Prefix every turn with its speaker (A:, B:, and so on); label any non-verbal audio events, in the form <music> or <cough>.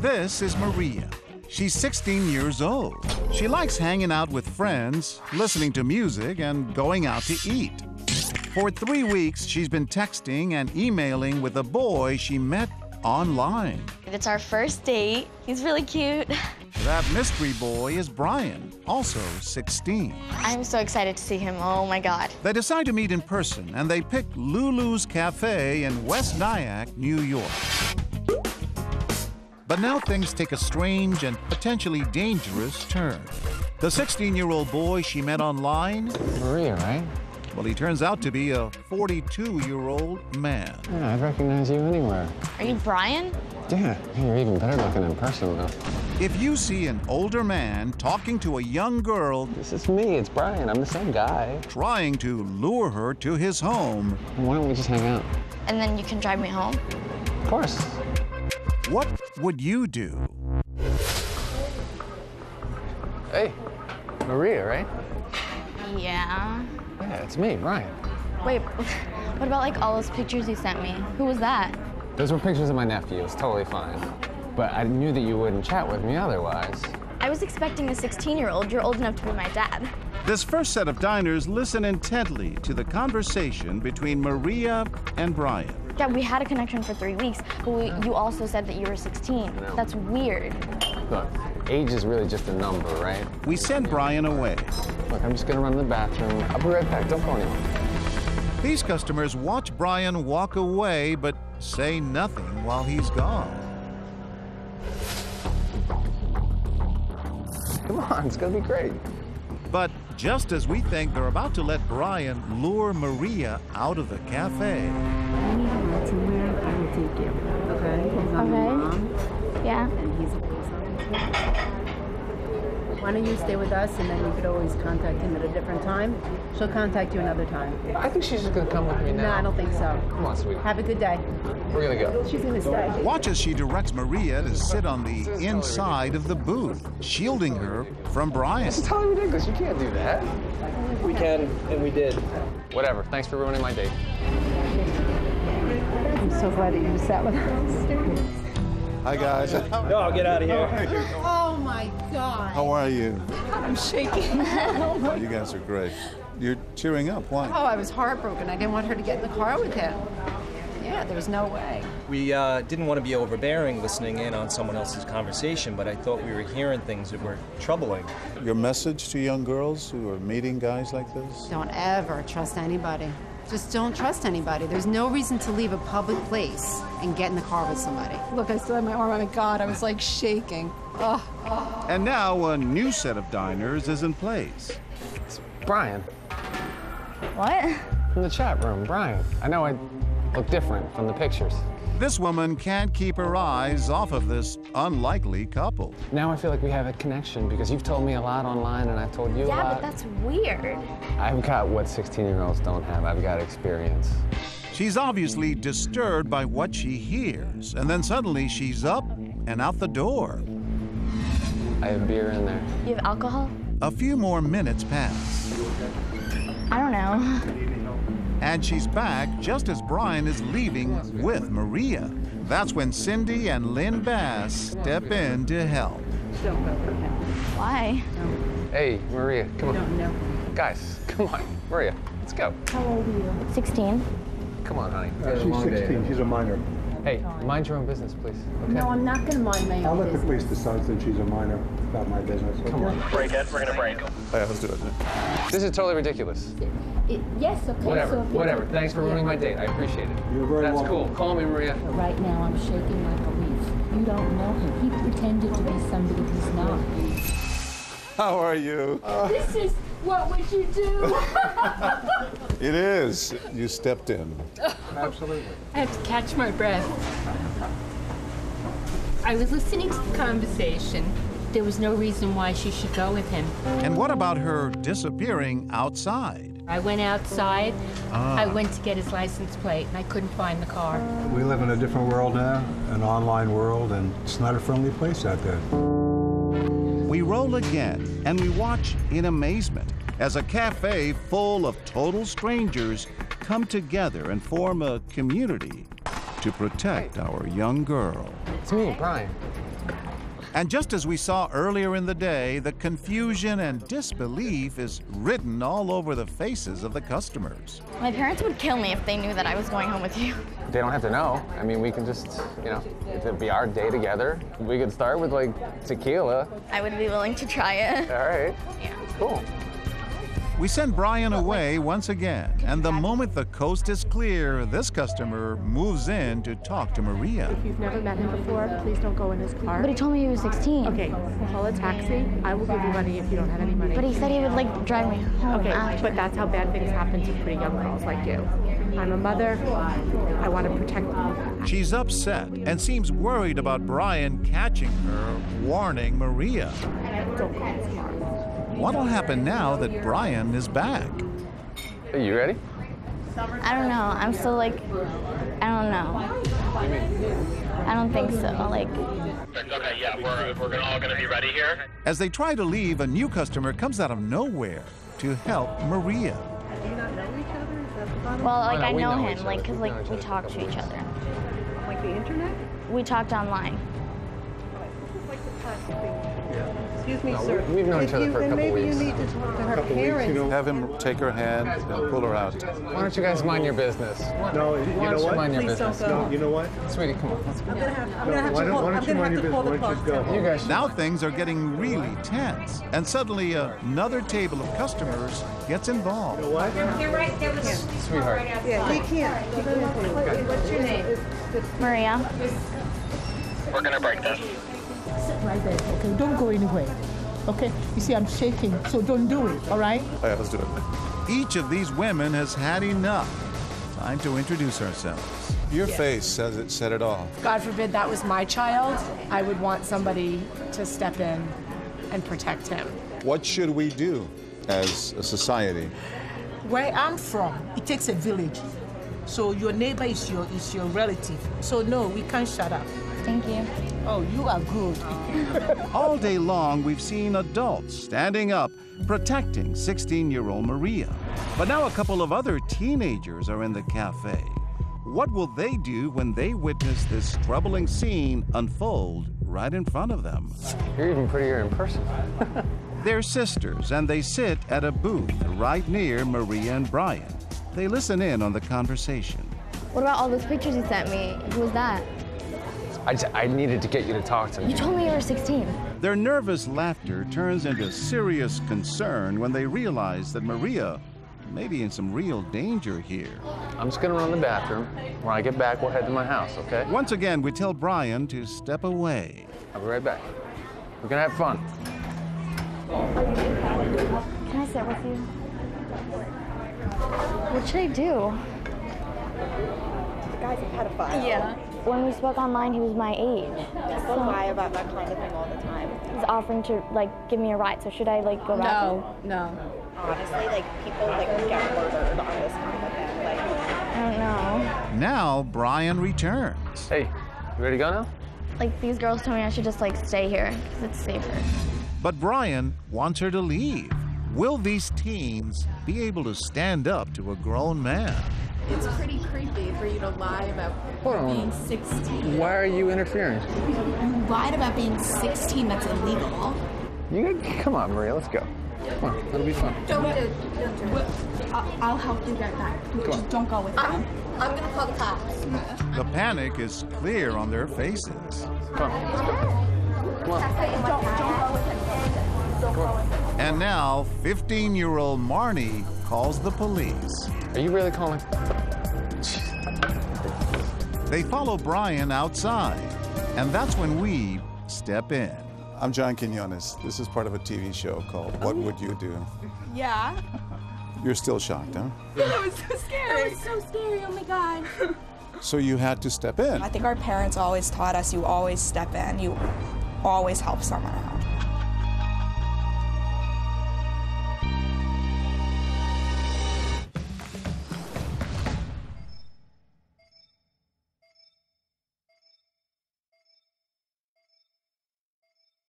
A: This is Maria. She's 16 years old. She likes hanging out with friends, listening to music, and going out to eat. For three weeks, she's been texting and emailing with a boy she met online.
B: It's our first date. He's really cute.
A: That mystery boy is Brian, also 16.
B: <laughs> I'm so excited to see him. Oh my God.
A: They decide to meet in person, and they pick Lulu's Cafe in West Nyack, New York. But now things take a strange and potentially dangerous turn. The 16 year old boy she met online,
C: Maria, right?
A: well, he turns out to be a 42 year old man.
C: Yeah, I'd recognize you anywhere.
B: Are you Brian?
C: Yeah, you're even better looking in person, though.
A: If you see an older man talking to a young girl
C: This is me, it's Brian. I'm the same guy.
A: trying to lure her to his home,
C: Why don't we just hang out?
B: And then you can drive me home.
C: Of course.
A: what would you do?
C: Hey, Maria, right?
B: Yeah.
C: Yeah, it's me, Brian.
B: Wait, <laughs> what about like all those pictures you sent me? Who was that?
C: Those were pictures of my nephew. It's totally fine. But I knew that you wouldn't chat with me otherwise.
B: I was expecting a 16 year old. You're old enough to be my dad.
A: This first set of diners listen intently to the conversation between Maria and Brian.
B: Yeah, we had a connection for three weeks, but we, you also said that you were 16. That's weird.
C: Look, age is really just a number, right?
A: We send Brian away.
C: Look, I'm just gonna run to the bathroom. I'll be right back. Don't go anywhere.
A: These customers watch Brian walk away but say nothing while he's gone.
C: Come on, it's gonna be great.
A: But just as we think they're about to let Brian lure Maria out of the cafe,
D: Anything that you wear, I will take care of that, okay? He's not
B: Okay.
D: your mom,
B: Yeah.
D: and he's why don't you stay with us and then you could always contact him at a different time? She'll contact you another time.
C: I think she's just gonna come with me now.
D: No, I don't think so.
C: Come on, sweetheart.
D: Have a good day.
C: We're gonna go.
D: She's gonna stay.
A: watch as she directs Maria to sit on the inside of the booth, shielding her from Brian.
C: It's totally ridiculous. You can't do that. We can, and we did. Whatever. Thanks for ruining my date.
D: I'm so glad that you sat with us.
E: Hi guys.
F: No, get out of here.
D: Oh my God.
E: How are you?
D: I'm shaking.
E: Oh, you guys are great. You're cheering up. Why?
D: Oh, I was heartbroken. I didn't want her to get in the car with him. Yeah, there was no way.
F: We uh, didn't want to be overbearing listening in on someone else's conversation, but I thought we were hearing things that were troubling.
E: Your message to young girls who are meeting guys like this?
G: Don't ever trust anybody. Just don't trust anybody. There's no reason to leave a public place and get in the car with somebody.
H: Look, I still had my arm. Oh my God, I was like shaking. Ugh.
A: And now a new set of diners is in place.
C: Brian,
B: What?
C: from the chat room. Brian. I know I look different from the pictures.
A: This woman can't keep her eyes off of this unlikely couple.
C: Now I feel like we have a connection because you've told me a lot online and I've told you a
B: Yeah,
C: lot.
B: but that's weird.
C: I've got what 16 year olds don't have. I've got experience.
A: She's obviously disturbed by what she hears, and then suddenly she's up and out the door.
C: I have beer in there.
B: You have alcohol?
A: A few more minutes pass,
B: I don't know.
A: and she's back just as Brian is leaving with Maria. That's when Cindy and Lynn Bass step in to help.
D: Don't go for him.
B: Why?
C: Hey, Maria, come on.
D: Don't know.
C: Guys, come on. Maria, let's go.
B: 16.
C: Come on, honey. She's
I: 16, Uh, she's a minor.
C: Hey, mind your own business, please. Okay.
D: No, I'm not gonna mind my
I: I'll
D: own
I: let the
D: business.
I: police decide since she's a minor, about my business. Come on.
F: Break it. We're gonna break.
E: Hey, let's do it.
C: This is totally ridiculous.
D: It- Yes, okay.
C: Whatever,
D: so if you-
C: whatever. Thanks for ruining my date. I appreciate it.
I: You're very
C: That's
I: welcome.
C: cool. Call me, Maria.
J: Right now, I'm shaking like a leaf. You don't know him. He pretended to be somebody he's not.
E: How are you?
D: Uh,
J: This is what would you do?
E: It is. You stepped in.
I: Absolutely.
H: I have to catch my breath. I was listening to the conversation. There was no reason why she should go with him.
A: And what about her disappearing outside?
H: I went outside.
C: Ah.
H: I went to get his license plate, and I couldn't find the car.
I: We live in a different world now, an online world, and it's not a friendly place out there.
A: We roll again, and we watch in amazement as a cafe full of total strangers come together and form a community to protect our young girl.
C: It's me, Brian.
A: And just as we saw earlier in the day, the confusion and disbelief is written all over the faces of the customers.
B: My parents would kill me if they knew that I was going home with you.
C: They don't have to know. I mean, we can just, you know, it'd be our day together. We could start with like tequila.
B: I would be willing to try
C: All
B: it.
C: right. Yeah. Cool.
A: We send Brian away once again, and the moment the coast is clear, this customer moves in to talk to Maria.
K: If you've never met him before, please don't go in his car.
B: <laughs> But he told me he was 16.
K: Okay, call a taxi. I will give you money if you don't have any money.
B: But he said he would like drive me home.
K: Okay,
B: after.
K: but that's how bad things happen to pretty young girls like you. I'm a mother. I want to protect you.
A: She's upset and seems worried about Brian catching her, warning Maria.
K: Don't go in his car.
A: What'll happen now that Brian is back?
C: Are you ready?
B: I don't know. I'm still like, I don't know. I don't think so. Like,
L: Okay, yeah, we're, we're gonna- all going to be ready here.
A: As they try to leave, a new customer comes out of nowhere to help Maria.
B: well,
A: No,
B: like
A: no,
B: I
A: we
B: know,
A: know each
B: him,
A: other.
B: like, cause
A: We've known
B: like
A: each
B: we
A: other for a
B: talked to
A: couple
B: each
A: weeks.
B: other.
M: Like the internet?
B: We talked online.
M: Excuse me,
E: No,
M: sir.
E: we- we've known each
M: If
E: other
M: you-
E: for a
M: then
E: couple
M: maybe
E: weeks.
M: you need to talk to her
E: Couple weeks, you
M: parents.
E: know. Have him take her hand and pull her out.
C: Why don't you guys mind your business?
E: No,
C: Why
E: you
C: don't
E: know
C: you
E: what?
C: mind your
E: Please don't
C: business?
E: go. No, you know
C: what? Sweetie, come on. Let's go.
M: I'm gonna have, I'm
C: No,
M: gonna have
C: why
M: to
C: don't-
M: call,
C: why don't
M: I'm
C: you
M: gonna
C: mind
M: have to
C: your
M: call the
C: business? Why don't
M: clock
C: you go
M: down.
C: home? You guys-
A: Now things are getting really tense, and suddenly another table of customers gets involved.
M: They're, they're right, they're with us.
A: Sweetheart.
M: Yeah, he can't. He can't. What's your name?
B: Maria.
L: We're going to break this.
J: Sit right there, okay? Don't go anywhere, okay? You see, I'm shaking, so don't do it, all right?
A: All right, let's do it. Each of these women has had enough. Time to introduce ourselves.
E: Your face says it said it all.
N: God forbid that was my child, I would want somebody to step in and protect him.
E: What should we do as a society?
O: Where I'm from, it takes a village. So your neighbor is your is your relative. So no, we can't shut up.
B: Thank you.
O: Oh, you are good.
A: All day long, we've seen adults standing up, protecting 16 year old Maria. But now a couple of other teenagers are in the cafe. What will they do when they witness this troubling scene unfold right in front of them?
C: You're even prettier in person.
A: They're sisters, and they sit at a booth right near Maria and Brian. They listen in on the conversation.
B: What about all those pictures you sent me? Who was that?
C: I, just, I needed to get you to talk to me.
B: You told me you were 16.
A: Their nervous laughter turns into serious concern when they realize that Maria may be in some real danger here.
C: I'm just going to run the bathroom. When I get back, we'll head to my house, okay?
A: Once again, we tell Brian to step away.
C: I'll be right back. We're going to have fun.
B: Can I sit with you? What should I do?
M: The guy's a pedophile.
B: When we spoke online, he was my age.
M: People lie about that kind of thing all the time.
B: He's offering to like give me a ride. So should I like go back?
M: No,
B: no.
M: Honestly, like people like get murdered on this kind of thing. Like,
B: I don't know.
A: Now, Brian returns.
C: Hey, you ready to go now?
B: Like these girls told me I should just like stay here because it's safer.
A: But Brian wants her to leave. Will these teens be able to stand up to a grown man?
P: It's pretty creepy for you to lie about
C: on.
P: being 16.
C: Why are you interfering?
P: You lied about being 16. That's illegal.
C: You got come on, Maria. Let's go. Come on, it'll be fun.
P: Don't do it. Don't do it. I'll, I'll help you right back. Just don't go with them. I'm gonna call the cops.
A: The panic is clear on their faces. And now, 15 year old Marnie calls the police.
C: Are you really calling?
A: They follow Brian outside, and that's when we step in.
E: I'm John Quinones. This is part of a TV show called What Would You Do?
P: <laughs> Yeah.
E: <laughs> You're still shocked, huh?
P: <laughs> That was so scary. That was so scary. Oh my god.
E: So you had to step in.
Q: I think our parents always taught us you always step in, you always help someone out.